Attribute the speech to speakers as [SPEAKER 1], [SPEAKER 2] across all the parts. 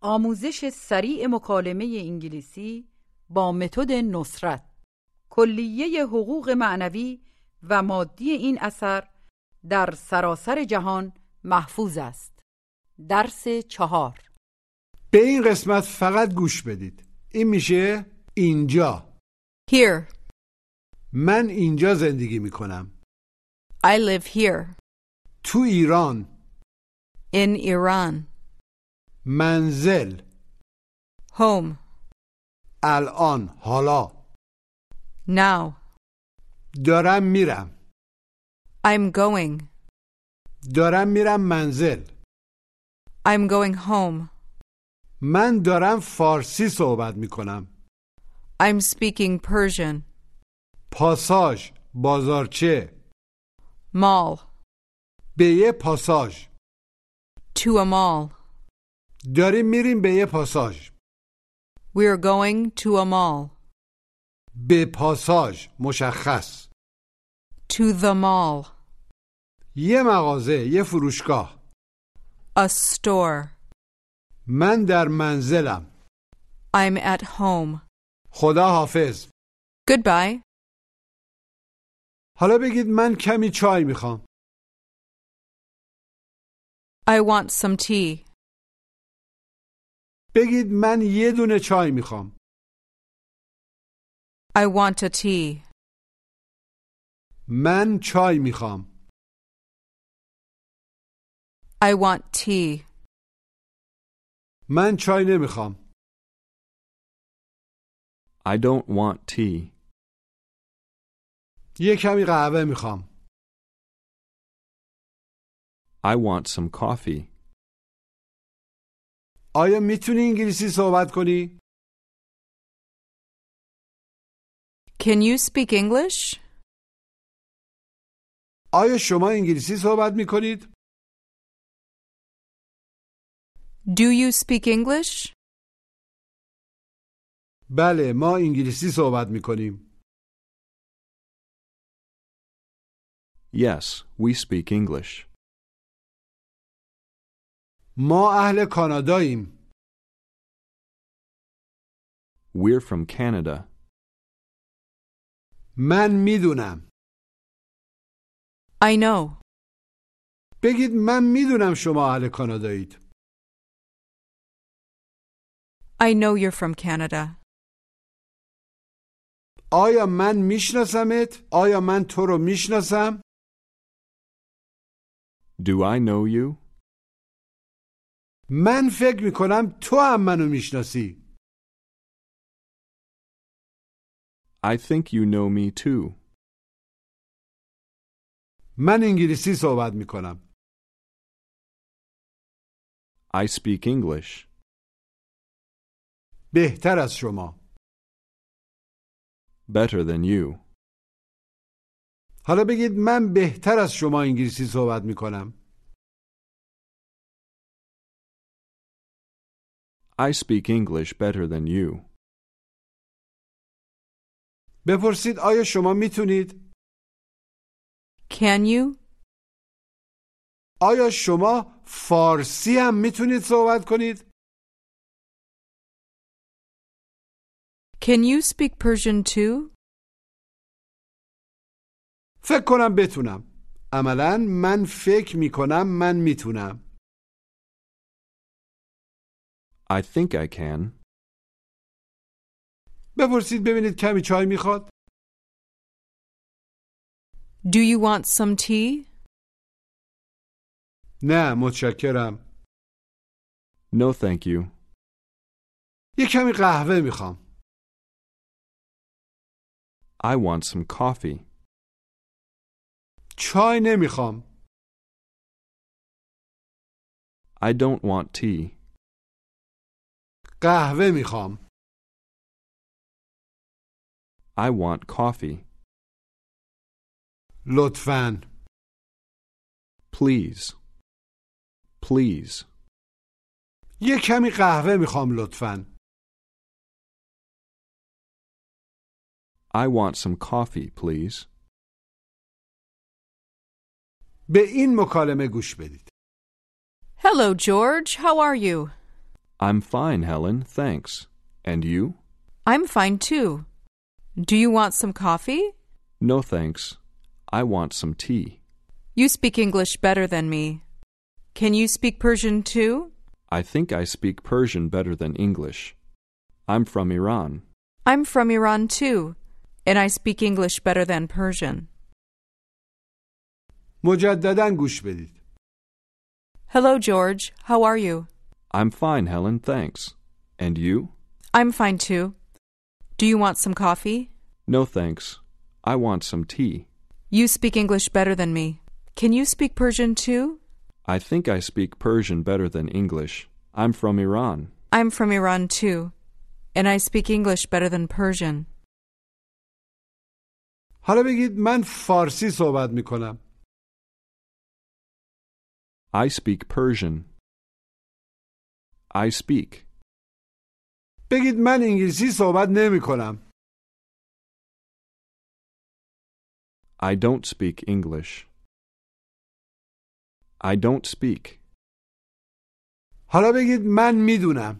[SPEAKER 1] آموزش سریع مکالمه انگلیسی با متد نصرت کلیه حقوق معنوی و مادی این اثر در سراسر جهان محفوظ است درس چهار
[SPEAKER 2] به این قسمت فقط گوش بدید این میشه اینجا
[SPEAKER 3] Here.
[SPEAKER 2] من اینجا زندگی میکنم
[SPEAKER 3] I live here.
[SPEAKER 2] تو ایران
[SPEAKER 3] In Iran.
[SPEAKER 2] منزل
[SPEAKER 3] Home.
[SPEAKER 2] الان حالا
[SPEAKER 3] Now.
[SPEAKER 2] دارم میرم
[SPEAKER 3] I'm going.
[SPEAKER 2] دارم میرم منزل
[SPEAKER 3] I'm going home.
[SPEAKER 2] من دارم فارسی صحبت میکنم
[SPEAKER 3] I'm speaking Persian.
[SPEAKER 2] پاساژ بازارچه
[SPEAKER 3] Mall.
[SPEAKER 2] به یه پاساژ
[SPEAKER 3] To a mall.
[SPEAKER 2] داریم میریم به یه پاساژ
[SPEAKER 3] We're going to a mall.
[SPEAKER 2] به پاساژ مشخص
[SPEAKER 3] To the mall.
[SPEAKER 2] یه مغازه یه فروشگاه
[SPEAKER 3] A store.
[SPEAKER 2] من در منزلم
[SPEAKER 3] I'm at home.
[SPEAKER 2] خدا حافظ
[SPEAKER 3] Goodbye.
[SPEAKER 2] حالا بگید من کمی چای میخوام
[SPEAKER 3] I want some tea.
[SPEAKER 2] بگید من یه دونه چای میخوام
[SPEAKER 3] I want a tea.
[SPEAKER 2] من چای میخوام
[SPEAKER 3] I want tea.
[SPEAKER 2] من چای نمیخوام
[SPEAKER 4] I don't want tea.
[SPEAKER 2] یه کمی قهوه میخوام
[SPEAKER 4] I want some coffee.
[SPEAKER 2] آیا میتونی انگلیسی صحبت کنی؟
[SPEAKER 3] Can you speak English?
[SPEAKER 2] آیا شما انگلیسی صحبت میکنید؟
[SPEAKER 3] Do you speak English?
[SPEAKER 2] بله ما انگلیسی صحبت میکنیم
[SPEAKER 4] Yes, we speak English.
[SPEAKER 2] ما اهل کاناداییم
[SPEAKER 4] We're from Canada.
[SPEAKER 2] من میدونم
[SPEAKER 3] I know.
[SPEAKER 2] بگید من میدونم شما اهل کانادایید
[SPEAKER 3] I know you're from Canada.
[SPEAKER 2] آیا من میشناسمت؟ آیا من تو رو میشناسم؟
[SPEAKER 4] Do I know you?
[SPEAKER 2] من فکر میکنم تو هم منو میشناسی
[SPEAKER 4] I think you know me too.
[SPEAKER 2] من انگلیسی صحبت میکنم
[SPEAKER 4] I speak English.
[SPEAKER 2] بهتر از شما
[SPEAKER 4] Better than you.
[SPEAKER 2] حالا بگید من بهتر از شما انگلیسی صحبت میکنم
[SPEAKER 4] I speak English better than you.
[SPEAKER 2] بپرسید آیا شما میتونید؟
[SPEAKER 3] Can you?
[SPEAKER 2] آیا شما فارسی هم میتونید صحبت کنید؟
[SPEAKER 3] Can you speak Persian too?
[SPEAKER 2] فکر کنم بتونم عملا من فکر میکنم من میتونم
[SPEAKER 4] I think I can.
[SPEAKER 2] بپرسید ببینید کمی چای میخواد؟
[SPEAKER 3] Do you want some tea?
[SPEAKER 2] نه متشکرم
[SPEAKER 4] No, thank you.
[SPEAKER 2] یه کمی قهوه میخوام
[SPEAKER 4] I want some coffee.
[SPEAKER 2] چای نمیخوام
[SPEAKER 4] I don't want tea.
[SPEAKER 2] قهوه میخوام
[SPEAKER 4] I want coffee.
[SPEAKER 2] لطفا
[SPEAKER 4] Please. Please.
[SPEAKER 2] یه کمی قهوه میخوام لطفا
[SPEAKER 4] I want some coffee, please.
[SPEAKER 2] به این مکالمه گوش بدید
[SPEAKER 3] Hello, George. How are you?
[SPEAKER 4] I'm fine, Helen, thanks. And you?
[SPEAKER 3] I'm fine too. Do you want some coffee?
[SPEAKER 4] No, thanks. I want some tea.
[SPEAKER 3] You speak English better than me. Can you speak Persian too?
[SPEAKER 4] I think I speak Persian better than English. I'm from Iran.
[SPEAKER 3] I'm from Iran too, and I speak English better than Persian.
[SPEAKER 2] مجددا گوش بدید
[SPEAKER 3] Hello, George. How are you?
[SPEAKER 4] I'm fine, Helen, thanks. And you?
[SPEAKER 3] I'm fine too. Do you want some coffee?
[SPEAKER 4] No, thanks. I want some tea.
[SPEAKER 3] You speak English better than me. Can you speak Persian too?
[SPEAKER 4] I think I speak Persian better than English. I'm from Iran.
[SPEAKER 3] I'm from Iran too, and I speak English better than Persian.
[SPEAKER 2] حالا بگید من فارسی صحبت می کنم
[SPEAKER 4] I speak Persian. I speak.
[SPEAKER 2] بگید من انگلیسی صحبت نمی کنم
[SPEAKER 4] I don't speak English. I don't speak.
[SPEAKER 2] حالا بگید من میدونم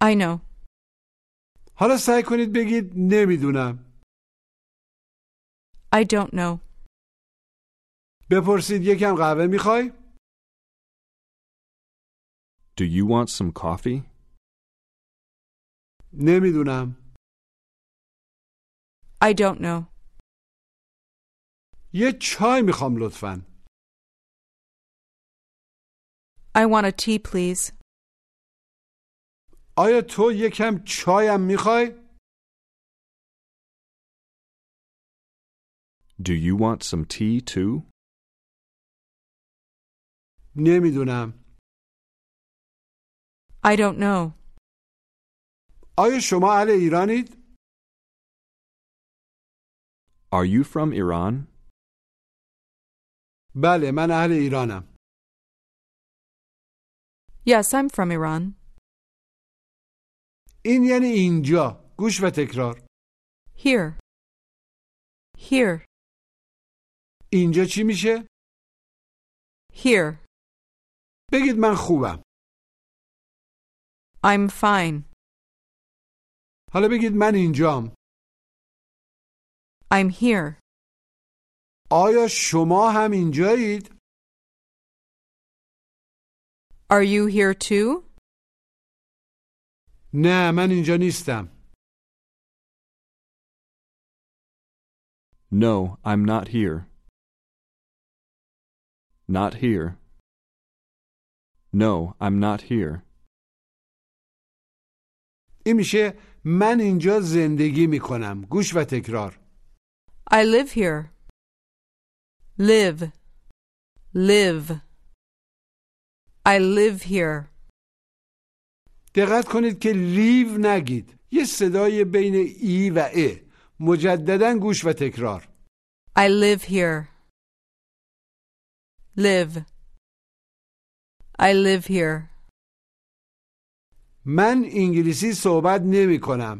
[SPEAKER 3] I know.
[SPEAKER 2] حالا سعی کنید بگید نمیدونم
[SPEAKER 3] I don't know.
[SPEAKER 2] بپرسید یکم قهوه میخوای؟
[SPEAKER 4] Do you want some coffee?
[SPEAKER 2] نمیدونم
[SPEAKER 3] I don't know.
[SPEAKER 2] یه چای میخوام لطفا
[SPEAKER 3] I want a tea, please.
[SPEAKER 2] آیا تو یکم چایم میخوای؟
[SPEAKER 4] Do you want some tea too?
[SPEAKER 2] نمیدونم
[SPEAKER 3] I don't know.
[SPEAKER 2] آیا شما اهل ایرانید؟
[SPEAKER 4] Are you from Iran?
[SPEAKER 2] بله من اهل ایرانم
[SPEAKER 3] Yes, I'm from Iran.
[SPEAKER 2] این یعنی اینجا گوش و تکرار
[SPEAKER 3] Here. Here.
[SPEAKER 2] اینجا چی میشه؟
[SPEAKER 3] Here.
[SPEAKER 2] بگید من خوبم
[SPEAKER 3] I'm fine.
[SPEAKER 2] حالا بگید من اینجام
[SPEAKER 3] I'm here.
[SPEAKER 2] آیا شما هم اینجایید؟
[SPEAKER 3] Are you here too?
[SPEAKER 2] نه من اینجا نیستم
[SPEAKER 4] No, I'm not here. Not here. No, I'm not here.
[SPEAKER 2] این میشه من اینجا زندگی میکنم گوش و تکرار
[SPEAKER 3] I live here. Live. Live. I live here.
[SPEAKER 2] دقت کنید که لیو نگید یه صدای بین ای و ا مجددا گوش و تکرار
[SPEAKER 3] I live here. Live. I live here.
[SPEAKER 2] من انگلیسی صحبت نمی کنم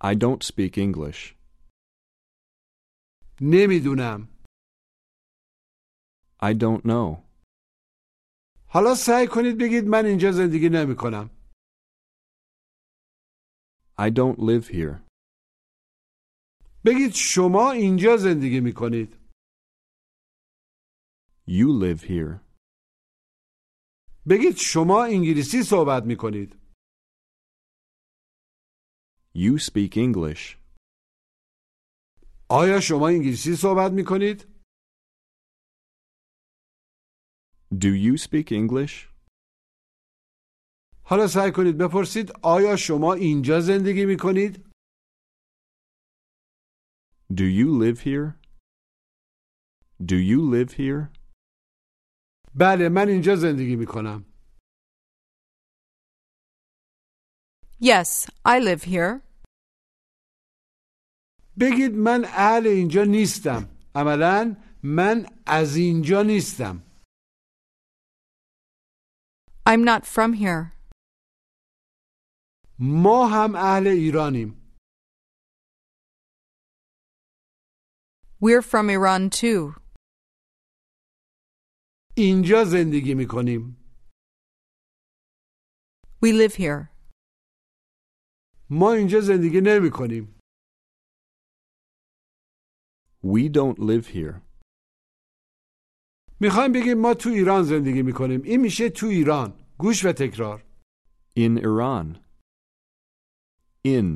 [SPEAKER 4] I don't speak English.
[SPEAKER 2] نمیدونم
[SPEAKER 4] I don't know.
[SPEAKER 2] حالا سعی کنید بگید من اینجا زندگی نمی کنم
[SPEAKER 4] I don't live here.
[SPEAKER 2] بگید شما اینجا زندگی می کنید
[SPEAKER 4] You live here.
[SPEAKER 2] بگید شما انگلیسی صحبت می کنید
[SPEAKER 4] You speak English.
[SPEAKER 2] آیا شما انگلیسی صحبت می کنید
[SPEAKER 4] Do you speak English?
[SPEAKER 2] حالا سعی کنید بپرسید آیا شما اینجا زندگی می کنید
[SPEAKER 4] Do you live here? Do you live here?
[SPEAKER 2] بله من اینجا زندگی می کنم
[SPEAKER 3] Yes, I live here.
[SPEAKER 2] بگید من اهل اینجا نیستم عملا من از اینجا نیستم
[SPEAKER 3] I'm not from here.
[SPEAKER 2] ما هم اهل ایرانیم
[SPEAKER 3] We're from Iran too.
[SPEAKER 2] اینجا زندگی می کنیم.
[SPEAKER 3] We live here.
[SPEAKER 2] ما اینجا زندگی نمی کنیم.
[SPEAKER 4] We don't live here.
[SPEAKER 2] میخوایم بگیم ما تو ایران زندگی می کنیم. این میشه تو ایران. گوش و تکرار.
[SPEAKER 4] In Iran. In.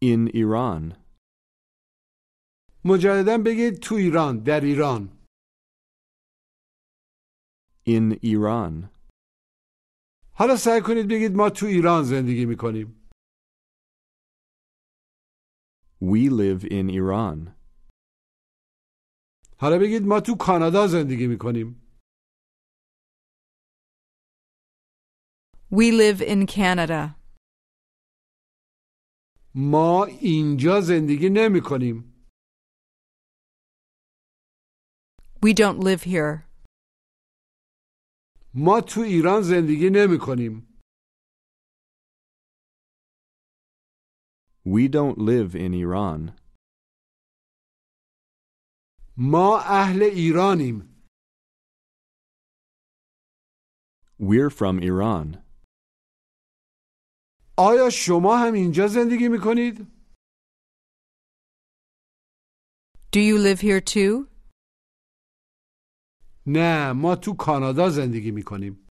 [SPEAKER 4] In Iran.
[SPEAKER 2] مجددا بگید تو ایران در ایران.
[SPEAKER 4] In Iran.
[SPEAKER 2] حالا سعی کنید بگید ما تو ایران زندگی می کنیم.
[SPEAKER 4] We live in Iran.
[SPEAKER 2] حالا بگید ما تو کانادا زندگی می کنیم.
[SPEAKER 3] We live in Canada.
[SPEAKER 2] ما اینجا زندگی نمی کنیم.
[SPEAKER 3] We don't live here.
[SPEAKER 2] ما تو ایران زندگی نمی کنیم.
[SPEAKER 4] We don't live in Iran.
[SPEAKER 2] ما اهل ایرانیم.
[SPEAKER 4] We're from Iran.
[SPEAKER 2] آیا شما هم اینجا زندگی می کنید؟
[SPEAKER 3] Do you live here too?
[SPEAKER 2] نه ما تو کانادا زندگی می کنیم.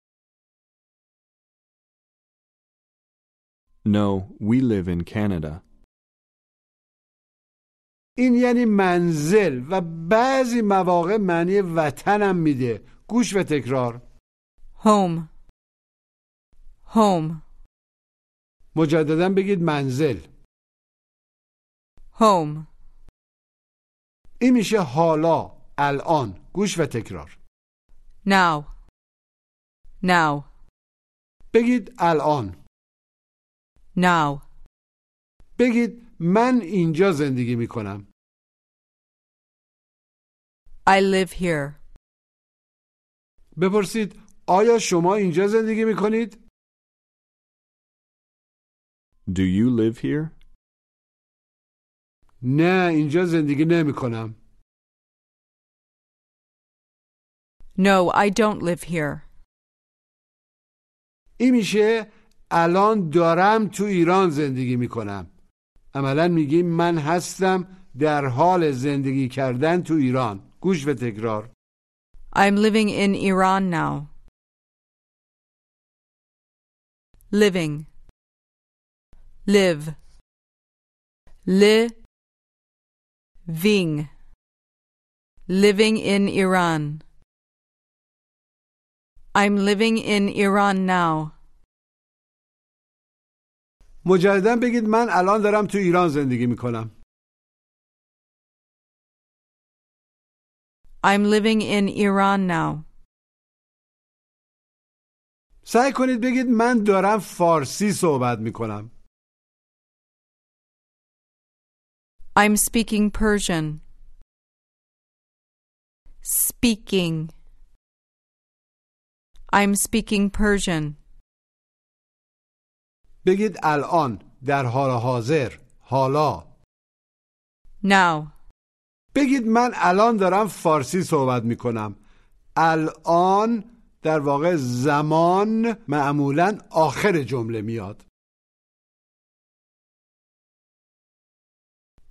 [SPEAKER 4] No, we live in Canada.
[SPEAKER 2] این یعنی منزل و بعضی مواقع معنی وطنم میده. گوش و تکرار.
[SPEAKER 3] Home. Home.
[SPEAKER 2] مجددا بگید منزل.
[SPEAKER 3] Home.
[SPEAKER 2] این میشه حالا، الان. گوش و تکرار.
[SPEAKER 3] Now. Now.
[SPEAKER 2] بگید الان.
[SPEAKER 3] Now.
[SPEAKER 2] بگید من اینجا زندگی می کنم.
[SPEAKER 3] I live here.
[SPEAKER 2] بپرسید آیا شما اینجا زندگی می کنید؟
[SPEAKER 4] Do you live here?
[SPEAKER 2] نه اینجا زندگی نمی کنم.
[SPEAKER 3] No, I don't live here.
[SPEAKER 2] این میشه الان دارم تو ایران زندگی می کنم. عملا میگیم من هستم در حال زندگی کردن تو ایران. گوش و تکرار.
[SPEAKER 3] I'm living in Iran now. Living. Live. Li. Ving. Living in Iran. I'm living in Iran now.
[SPEAKER 2] مجددا بگید من الان دارم تو ایران زندگی می کنم.
[SPEAKER 3] I'm living in Iran now.
[SPEAKER 2] سعی کنید بگید من دارم فارسی صحبت می کنم.
[SPEAKER 3] I'm speaking Persian. Speaking. I'm speaking Persian.
[SPEAKER 2] بگید الان در حال حاضر حالا
[SPEAKER 3] Now.
[SPEAKER 2] بگید من الان دارم فارسی صحبت می کنم الان در واقع زمان معمولا آخر جمله میاد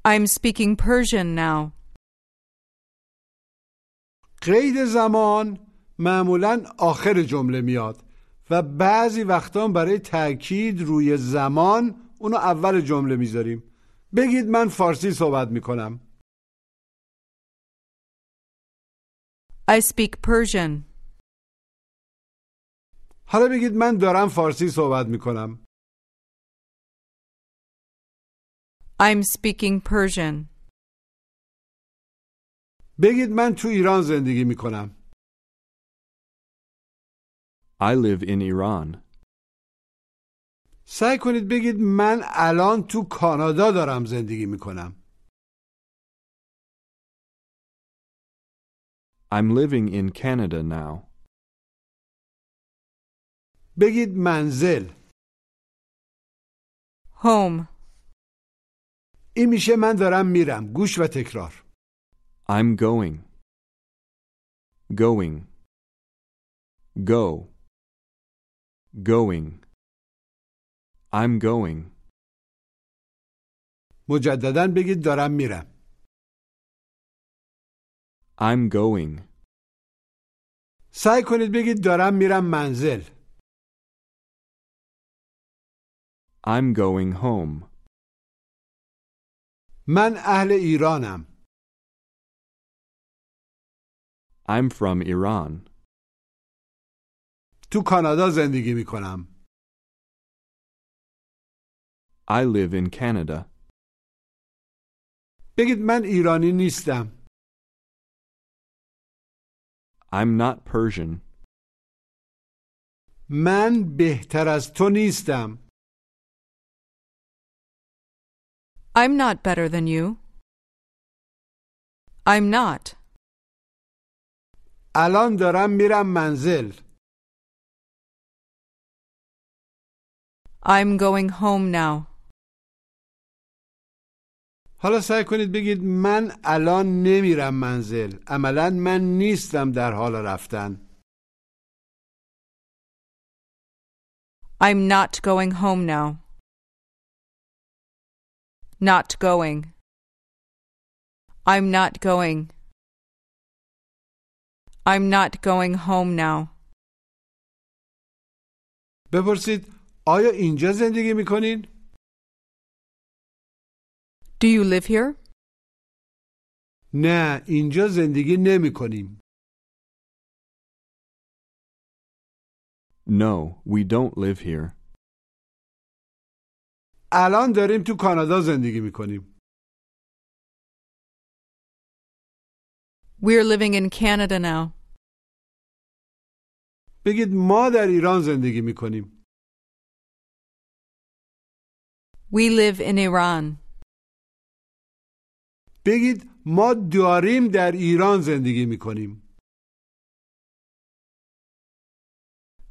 [SPEAKER 3] I'm speaking Persian now.
[SPEAKER 2] قید زمان معمولا آخر جمله میاد و بعضی وقتا هم برای تاکید روی زمان اونو اول جمله میذاریم بگید من فارسی صحبت می کنم
[SPEAKER 3] I speak Persian.
[SPEAKER 2] حالا بگید من دارم فارسی صحبت می کنم
[SPEAKER 3] I'm speaking Persian.
[SPEAKER 2] بگید من تو ایران زندگی می کنم
[SPEAKER 4] I live in Iran.
[SPEAKER 2] سعی کنید بگید من الان تو کانادا دارم زندگی میکنم
[SPEAKER 4] I'm living in Canada now.
[SPEAKER 2] بگید منزل
[SPEAKER 3] Home.
[SPEAKER 2] این میشه من دارم میرم گوش و تکرار
[SPEAKER 4] I'm going. Going. Go. Going. I'm going.
[SPEAKER 2] مجددا بگید دارم میرم
[SPEAKER 4] I'm going.
[SPEAKER 2] سعی کنید بگید دارم میرم منزل
[SPEAKER 4] I'm going home.
[SPEAKER 2] من اهل ایرانم
[SPEAKER 4] I'm from Iran.
[SPEAKER 2] تو کانادا زندگی میکنم
[SPEAKER 4] I live in Canada.
[SPEAKER 2] بگید من ایرانی نیستم
[SPEAKER 4] I'm not Persian.
[SPEAKER 2] من بهتر از تو نیستم
[SPEAKER 3] I'm not better than you. I'm not.
[SPEAKER 2] الان دارم میرم منزل
[SPEAKER 3] I'm going home now.
[SPEAKER 2] حالا سعی کنید بگید من الان نمیرم منزل عملا من نیستم در حال رفتن
[SPEAKER 3] I'm not going home now. Not going. I'm not going. I'm not going home now.
[SPEAKER 2] بپرسید آیا اینجا زندگی میکنین؟
[SPEAKER 3] Do you live here?
[SPEAKER 2] نه اینجا زندگی نمیکنیم
[SPEAKER 4] No, we don't live here.
[SPEAKER 2] الان داریم تو کانادا زندگی میکنیم
[SPEAKER 3] We're living in Canada now.
[SPEAKER 2] بگید ما در ایران زندگی میکنیم
[SPEAKER 3] We live in Iran.
[SPEAKER 2] بگید ما داریم در ایران زندگی میکنیم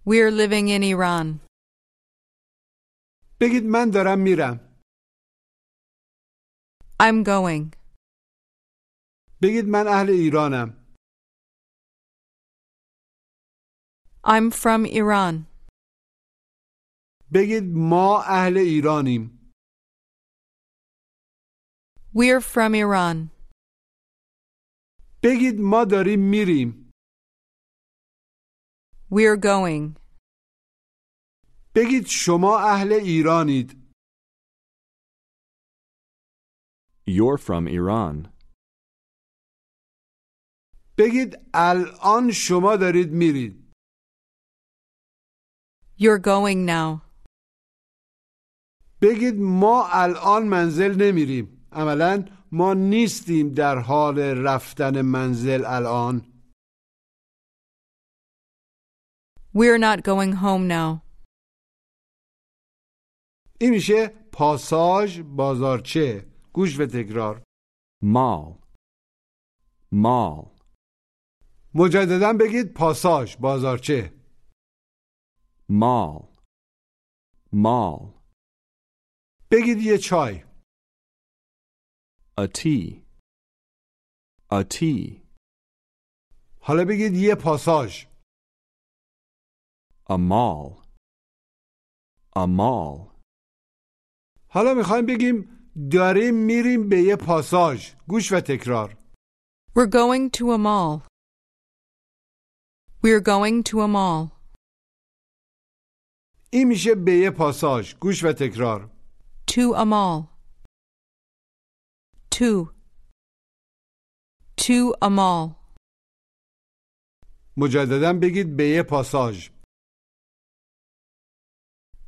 [SPEAKER 3] We're living in Iran.
[SPEAKER 2] بگید من دارم میرم
[SPEAKER 3] I'm going.
[SPEAKER 2] بگید من اهل ایرانم
[SPEAKER 3] I'm from Iran.
[SPEAKER 2] بگید ما اهل ایرانیم
[SPEAKER 3] We're from Iran.
[SPEAKER 2] بگید ما داریم میریم
[SPEAKER 3] We're going.
[SPEAKER 2] بگید شما اهل ایرانید
[SPEAKER 4] You're from Iran.
[SPEAKER 2] بگید الان شما دارید میرید
[SPEAKER 3] You're going now.
[SPEAKER 2] بگید ما الان منزل نمیریم عملا ما نیستیم در حال رفتن منزل الان
[SPEAKER 3] We're not going home now.
[SPEAKER 2] این میشه پاساژ بازارچه گوش به تکرار
[SPEAKER 4] Mall. Mall.
[SPEAKER 2] مجددا بگید پاساژ بازارچه
[SPEAKER 4] Mall. Mall.
[SPEAKER 2] بگید یه چای
[SPEAKER 4] A tea. A tea.
[SPEAKER 2] حالا بگید یه پاساژ
[SPEAKER 4] A mall. A mall.
[SPEAKER 2] حالا میخوایم بگیم داریم میریم به یه پاساژ گوش و تکرار
[SPEAKER 3] We're going to a mall. We're going to a mall.
[SPEAKER 2] این میشه به یه پاساژ گوش و تکرار
[SPEAKER 3] To a mall. To. To a mall.
[SPEAKER 2] مجددا بگید به یه پاساژ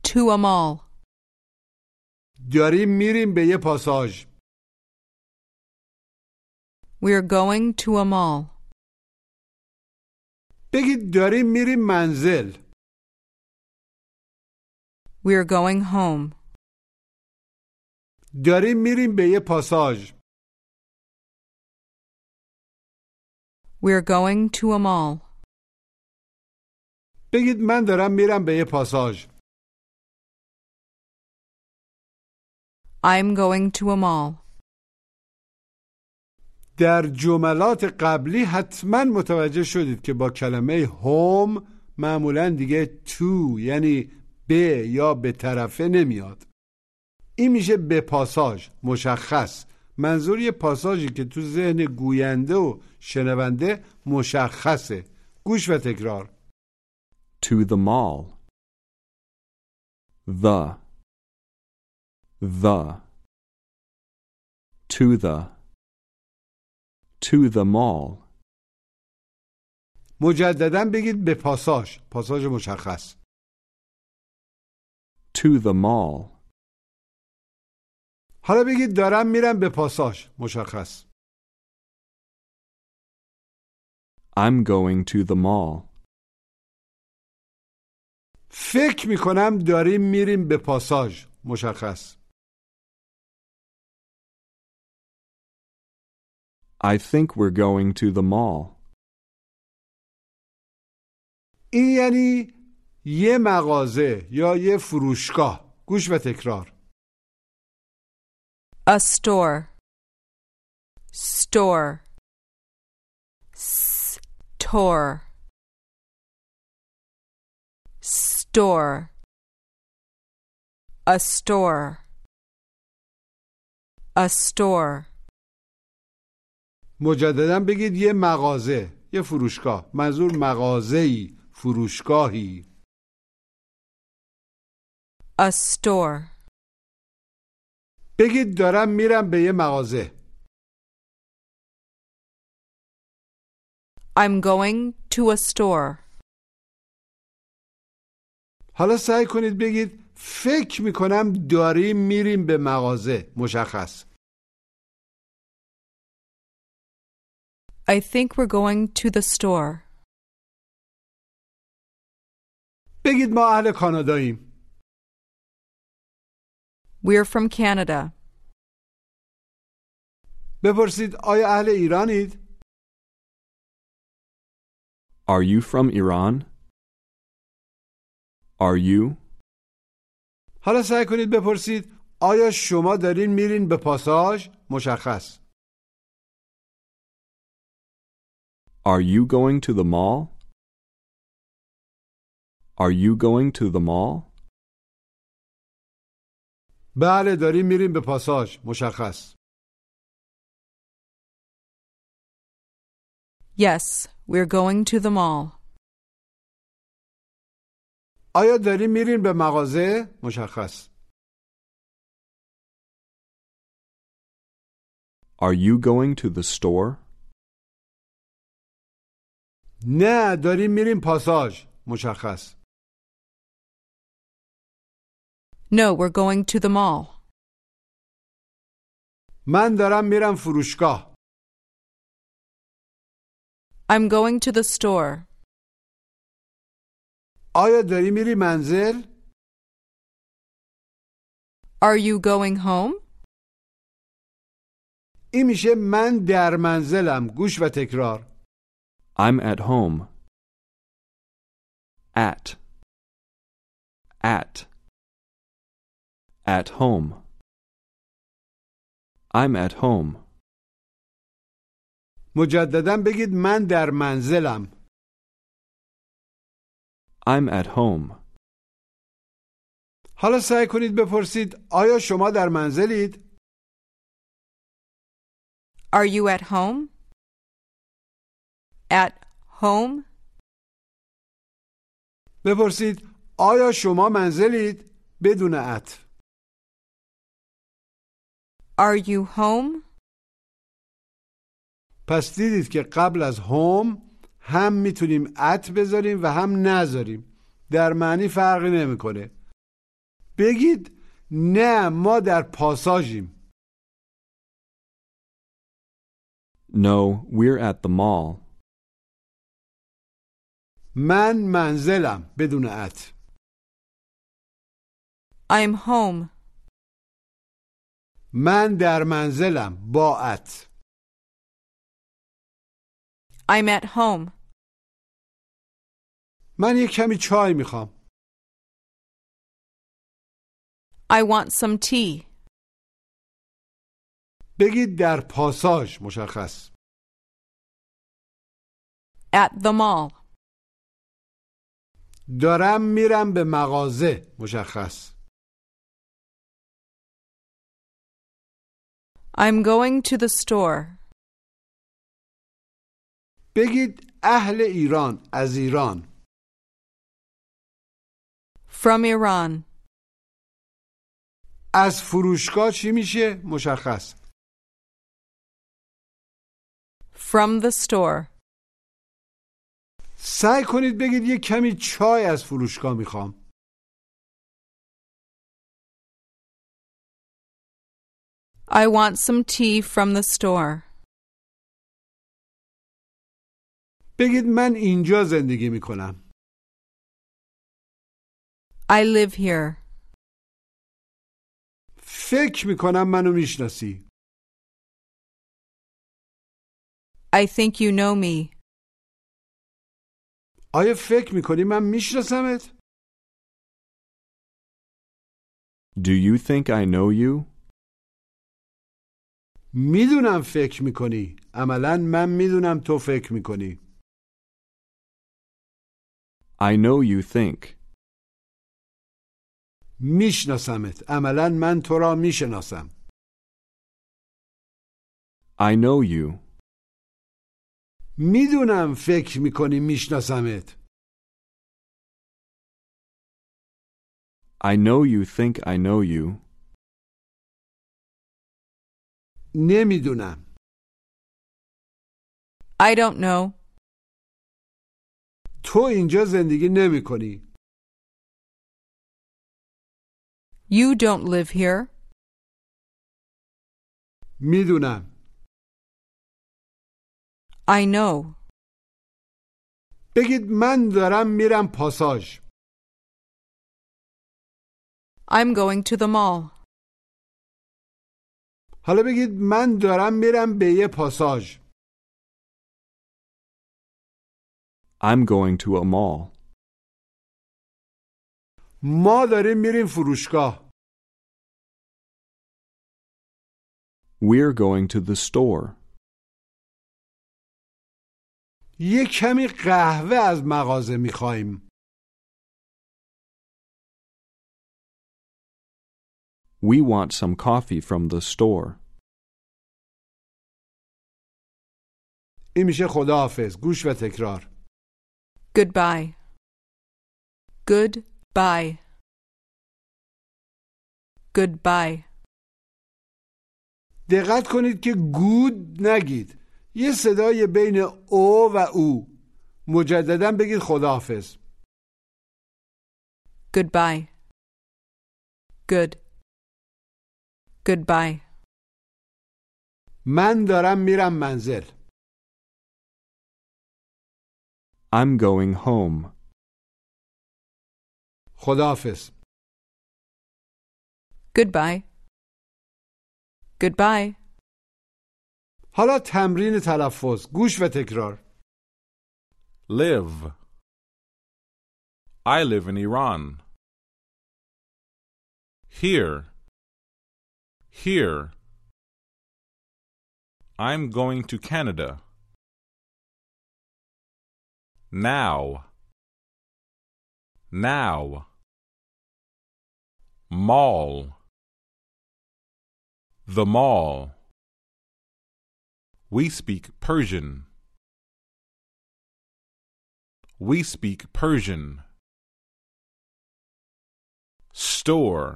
[SPEAKER 3] To a mall.
[SPEAKER 2] داریم میریم به یه پاساژ
[SPEAKER 3] We're going to a mall.
[SPEAKER 2] بگید داریم میریم منزل
[SPEAKER 3] We're going home.
[SPEAKER 2] داریم میریم به یه پاساژ
[SPEAKER 3] We're going to a mall.
[SPEAKER 2] بگید من دارم میرم به یه پاساژ
[SPEAKER 3] I'm going to a mall.
[SPEAKER 2] در جملات قبلی حتما متوجه شدید که با کلمه هوم معمولا دیگه تو یعنی به یا به طرفه نمیاد این میشه به پاساژ مشخص منظور یه پاساژی که تو ذهن گوینده و شنونده مشخصه گوش و تکرار
[SPEAKER 4] To the mall. The. The. To the. To the mall.
[SPEAKER 2] مجددا بگید به پاساژ پاساژ مشخص
[SPEAKER 4] To the mall.
[SPEAKER 2] حالا بگید دارم میرم به پاساژ مشخص
[SPEAKER 4] I'm going to the mall.
[SPEAKER 2] فکر میکنم داریم میریم به پاساژ مشخص
[SPEAKER 4] I think we're going to the mall.
[SPEAKER 2] این یعنی یه مغازه یا یه فروشگاه گوش و تکرار
[SPEAKER 3] A store. Store. Store. Store. A store. A store.
[SPEAKER 2] مجددا بگید یه مغازه یه فروشگاه منظور مغازه‌ای فروشگاهی
[SPEAKER 3] A store.
[SPEAKER 2] بگید دارم میرم به یه مغازه
[SPEAKER 3] I'm going to a store.
[SPEAKER 2] حالا سعی کنید بگید فکر میکنم داریم میریم به مغازه مشخص
[SPEAKER 3] I think we're going to the store.
[SPEAKER 2] بگید ما اهل کاناداییم
[SPEAKER 3] We're from Canada.
[SPEAKER 2] بپرسید آیا اهل ایرانید
[SPEAKER 4] Are you from Iran? Are you?
[SPEAKER 2] حالا سعی کنید بپرسید آیا شما دارین میرین به پاساژ مشخص
[SPEAKER 4] Are you going to the mall? Are you going to the mall?
[SPEAKER 2] بله داریم میریم به پاساژ مشخص
[SPEAKER 3] Yes, we're going to the mall.
[SPEAKER 2] آیا داریم میرین به مغازه مشخص
[SPEAKER 4] Are you going to the store?
[SPEAKER 2] نه داریم میریم پاساژ مشخص
[SPEAKER 3] No, we're going to the mall.
[SPEAKER 2] من دارم میرم فروشگاه
[SPEAKER 3] I'm going to the store.
[SPEAKER 2] آیا داری میری منزل
[SPEAKER 3] Are you going home?
[SPEAKER 2] این میشه من در منزلم گوش و تکرار
[SPEAKER 4] I'm at home. At. At. At home. I'm at home.
[SPEAKER 2] مجددا بگید من در منزلم
[SPEAKER 4] I'm at home.
[SPEAKER 2] حالا سعی کنید بپرسید آیا شما در منزلید
[SPEAKER 3] Are you at home? At home?
[SPEAKER 2] بپرسید آیا شما منزلید بدون عطف
[SPEAKER 3] Are you home?
[SPEAKER 2] پس دیدید که قبل از هوم هم میتونیم ات بذاریم و هم نذاریم در معنی فرقی نمیکنه بگید نه ما در پاساژیم
[SPEAKER 4] No, we're at the mall.
[SPEAKER 2] من منزلم بدون ات
[SPEAKER 3] I'm home.
[SPEAKER 2] من در منزلم با ات
[SPEAKER 3] I'm at home.
[SPEAKER 2] من یه کمی چای میخوام
[SPEAKER 3] I want some tea.
[SPEAKER 2] بگید در پاساژ مشخص
[SPEAKER 3] At the mall.
[SPEAKER 2] دارم میرم به مغازه مشخص
[SPEAKER 3] I'm going to the store.
[SPEAKER 2] بگید اهل ایران از ایران
[SPEAKER 3] From Iran.
[SPEAKER 2] از فروشگاه چی میشه مشخص
[SPEAKER 3] From the store.
[SPEAKER 2] سعی کنید بگید یه کمی چای از فروشگاه میخوام
[SPEAKER 3] I want some tea from the store.
[SPEAKER 2] بگید من اینجا زندگی میکنم
[SPEAKER 3] I live here.
[SPEAKER 2] فکر میکنم منو میشناسی
[SPEAKER 3] I think you know me.
[SPEAKER 2] آیا فکر میکنی من میشناسمت؟
[SPEAKER 4] Do you think I know you?
[SPEAKER 2] میدونم فکر میکنی عملا من میدونم تو فکر میکنی
[SPEAKER 4] I know you think.
[SPEAKER 2] میشناسمت عملا من تو را میشناسم
[SPEAKER 4] I know you.
[SPEAKER 2] میدونم فکر میکنی میشناسمت
[SPEAKER 4] I know you think I know you.
[SPEAKER 2] نمیدونم
[SPEAKER 3] I don't know.
[SPEAKER 2] تو اینجا زندگی نمی کنی
[SPEAKER 3] You don't live here.
[SPEAKER 2] میدونم
[SPEAKER 3] I know.
[SPEAKER 2] بگید من دارم میرم پاساژ
[SPEAKER 3] I'm going to the mall.
[SPEAKER 2] حالا بگید من دارم میرم به یه پاساژ
[SPEAKER 4] I'm going to a mall.
[SPEAKER 2] ما داریم میریم فروشگاه
[SPEAKER 4] We're going to the store.
[SPEAKER 2] یه کمی قهوه از مغازه میخوایم
[SPEAKER 4] We want some coffee from the store.
[SPEAKER 2] این میشه خداحافظ گوش و تکرار
[SPEAKER 3] Goodbye. Goodbye. Goodbye.
[SPEAKER 2] دقت کنید که گود نگید یه صدای بین او و او مجددا بگید خداحافظ
[SPEAKER 3] Goodbye. Good. Goodbye.
[SPEAKER 2] من دارم میرم منزل
[SPEAKER 4] I'm going home.
[SPEAKER 2] خداحافظ
[SPEAKER 3] Goodbye. Goodbye.
[SPEAKER 2] حالا تمرین تلفظ گوش و تکرار
[SPEAKER 5] Live. I live in Iran. Here. Here. I'm going to Canada. Now. Now. Mall. The mall. We speak Persian. We speak Persian. Store.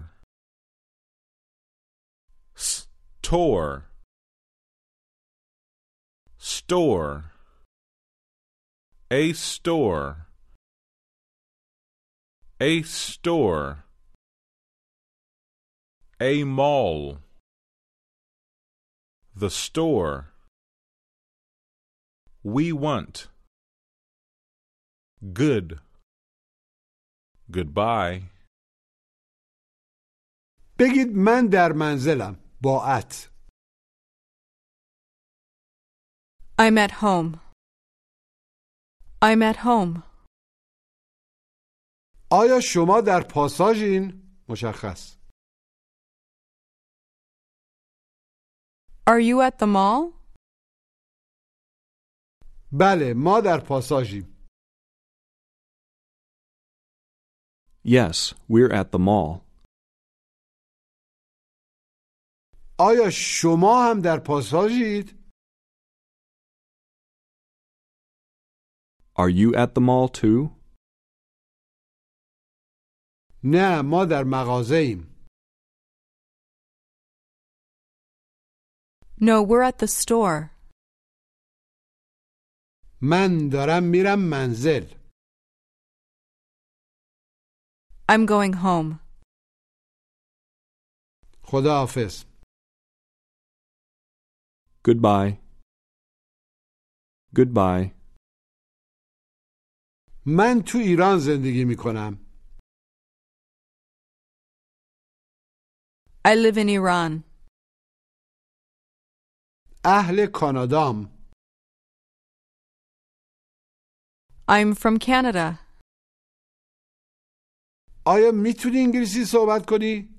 [SPEAKER 5] Store. Store. A store. A store. A mall. The store. We want. Good. Goodbye.
[SPEAKER 2] بگید من در منزلم با ات
[SPEAKER 3] I'm at home. I'm at home.
[SPEAKER 2] آیا شما در پاساژین مشخص
[SPEAKER 3] Are you at the mall?
[SPEAKER 2] بله ما در پاساژیم
[SPEAKER 4] Yes, we're at the mall.
[SPEAKER 2] آیا شما هم در پاساژید؟
[SPEAKER 4] Are you at the mall too?
[SPEAKER 2] نه ما در مغازه ایم.
[SPEAKER 3] No, we're at the store.
[SPEAKER 2] من دارم میرم منزل.
[SPEAKER 3] I'm going home.
[SPEAKER 2] خداحافظ.
[SPEAKER 4] Goodbye. Goodbye.
[SPEAKER 2] من تو ایران زندگی می کنم.
[SPEAKER 3] I live in Iran.
[SPEAKER 2] اهل کانادام.
[SPEAKER 3] I'm from Canada.
[SPEAKER 2] آیا میتونی انگلیسی صحبت کنی؟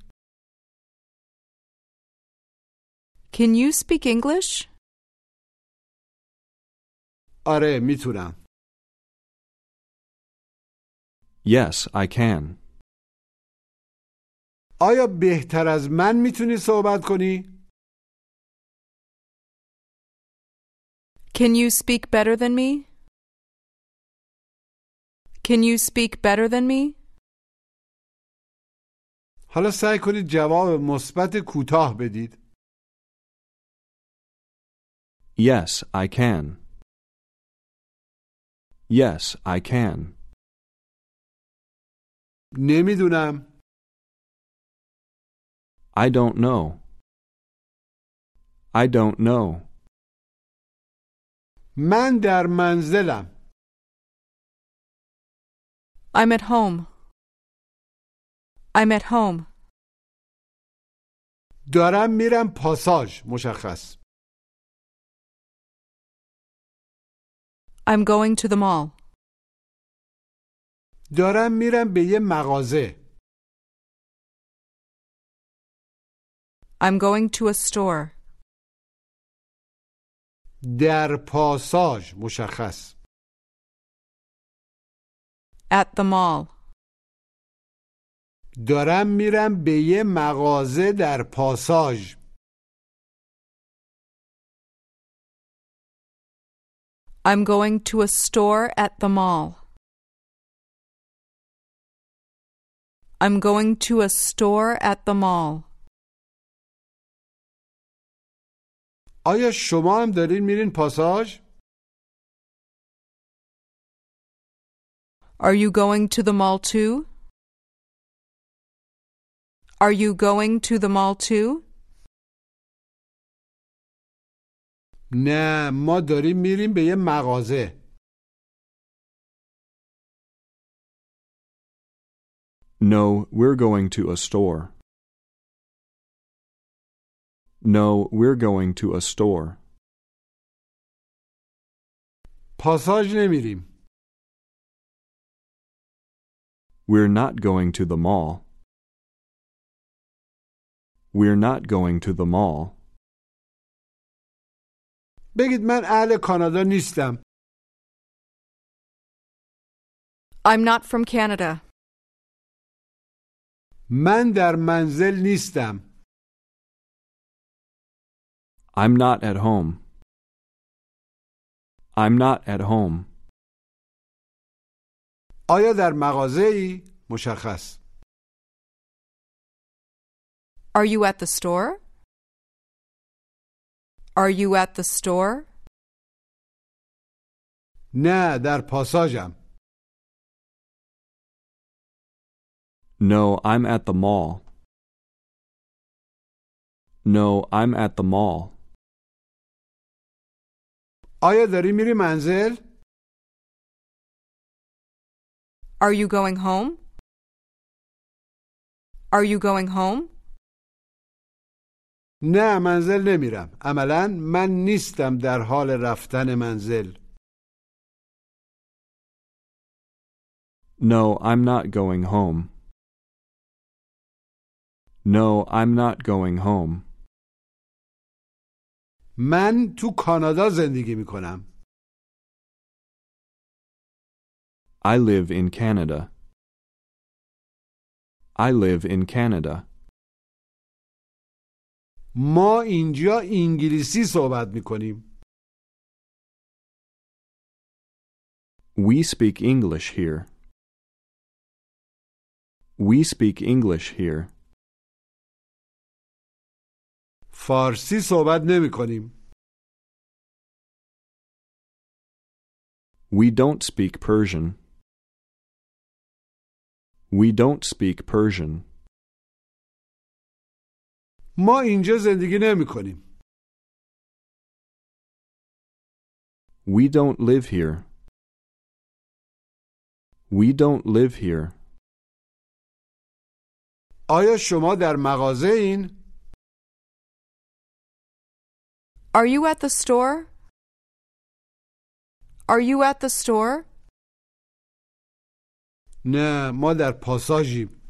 [SPEAKER 3] Can you speak English?
[SPEAKER 2] آره میتونم.
[SPEAKER 4] Yes, I can.
[SPEAKER 2] آیا بهتر از من میتونی صحبت کنی؟
[SPEAKER 3] Can you speak better than me? Can you speak better than me?
[SPEAKER 2] حالا سعی کنید جواب مثبت کوتاه بدید.
[SPEAKER 4] Yes, I can. Yes, I can.
[SPEAKER 2] نمیدونم.
[SPEAKER 4] I don't know. I don't know.
[SPEAKER 2] من در منزلم.
[SPEAKER 3] I'm at home. I'm at home.
[SPEAKER 2] دارم میرم پاساژ مشخص.
[SPEAKER 3] I'm going to the mall.
[SPEAKER 2] دارم میرم به یه مغازه.
[SPEAKER 3] I'm going to a store.
[SPEAKER 2] در پاساژ مشخص.
[SPEAKER 3] At the mall.
[SPEAKER 2] دارم میرم به یه مغازه در پاساژ.
[SPEAKER 3] I'm going to a store at the mall. I'm going to a store at the mall.
[SPEAKER 2] آیا شما هم دارین میرین پاساژ؟
[SPEAKER 3] Are you going to the mall too? Are you going to the mall too?
[SPEAKER 2] نه ما داریم میریم به یه مغازه.
[SPEAKER 4] No, we're going to a store. No, we're going to a store.
[SPEAKER 2] پاساژ نمیریم.
[SPEAKER 4] We're not going to the mall. We're not going to the mall.
[SPEAKER 2] بگید من اهل کانادا نیستم.
[SPEAKER 3] I'm not from Canada.
[SPEAKER 2] من در منزل نیستم.
[SPEAKER 4] I'm not at home. I'm not at home.
[SPEAKER 2] آیا در مغازه ای؟ مشخص.
[SPEAKER 3] Are you at the store? Are you at the store?
[SPEAKER 2] نه در پاساژم.
[SPEAKER 4] No, I'm at the mall. No, I'm at the mall.
[SPEAKER 2] آیا داری میری منزل؟
[SPEAKER 3] Are you going home? Are you going home?
[SPEAKER 2] نه منزل نمیرم. عملا من نیستم در حال رفتن منزل.
[SPEAKER 4] No, I'm not going home. No, I'm not going home.
[SPEAKER 2] من تو کانادا زندگی می کنم.
[SPEAKER 4] I live in Canada. I live in Canada.
[SPEAKER 2] ما اینجا انگلیسی صحبت میکنیم
[SPEAKER 4] We speak English here. We speak English here.
[SPEAKER 2] فارسی صحبت نمیکنیم
[SPEAKER 4] We don't speak Persian. We don't speak Persian.
[SPEAKER 2] ما اینجا زندگی نمیکنیم
[SPEAKER 4] We don't live here. We don't live here.
[SPEAKER 2] آیا شما در مغازه این؟
[SPEAKER 3] Are you at the store? Are you at the store?
[SPEAKER 2] نه ما در پاساژیم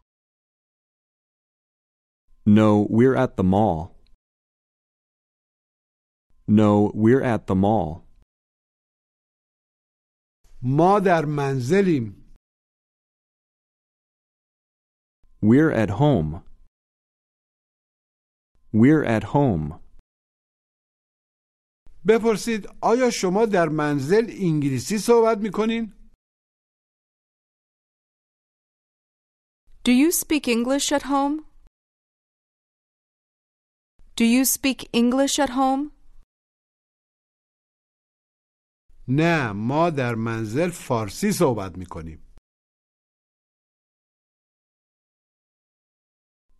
[SPEAKER 4] No, we're at the mall. No, we're at the mall.
[SPEAKER 2] ما در منزلیم
[SPEAKER 4] We're at home. We're at home.
[SPEAKER 2] بپرسید آیا شما در منزل انگلیسی صحبت میکنین؟
[SPEAKER 3] Do you speak English at home? Do you speak English at home?
[SPEAKER 2] نه ما در منزل فارسی صحبت میکنیم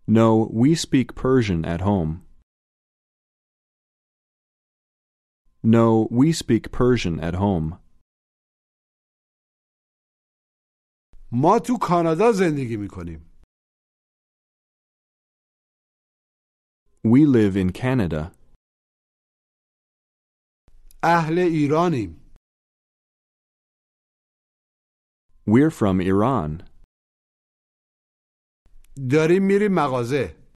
[SPEAKER 4] No, we speak Persian at home. No, we speak Persian at home.
[SPEAKER 2] ما تو کانادا زندگی میکنیم
[SPEAKER 4] We live in Canada.
[SPEAKER 2] اهل ایرانیم
[SPEAKER 4] We're from Iran.
[SPEAKER 2] داریم میریم مغازه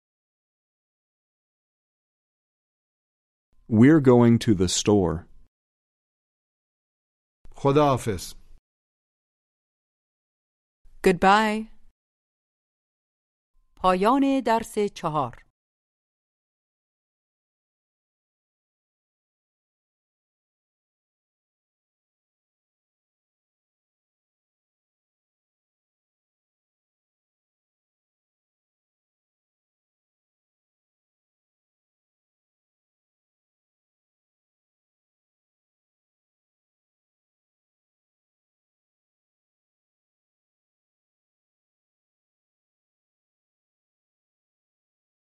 [SPEAKER 4] We're going to the store.
[SPEAKER 2] خداحافظ
[SPEAKER 3] Goodbye.
[SPEAKER 1] پایان درس چهار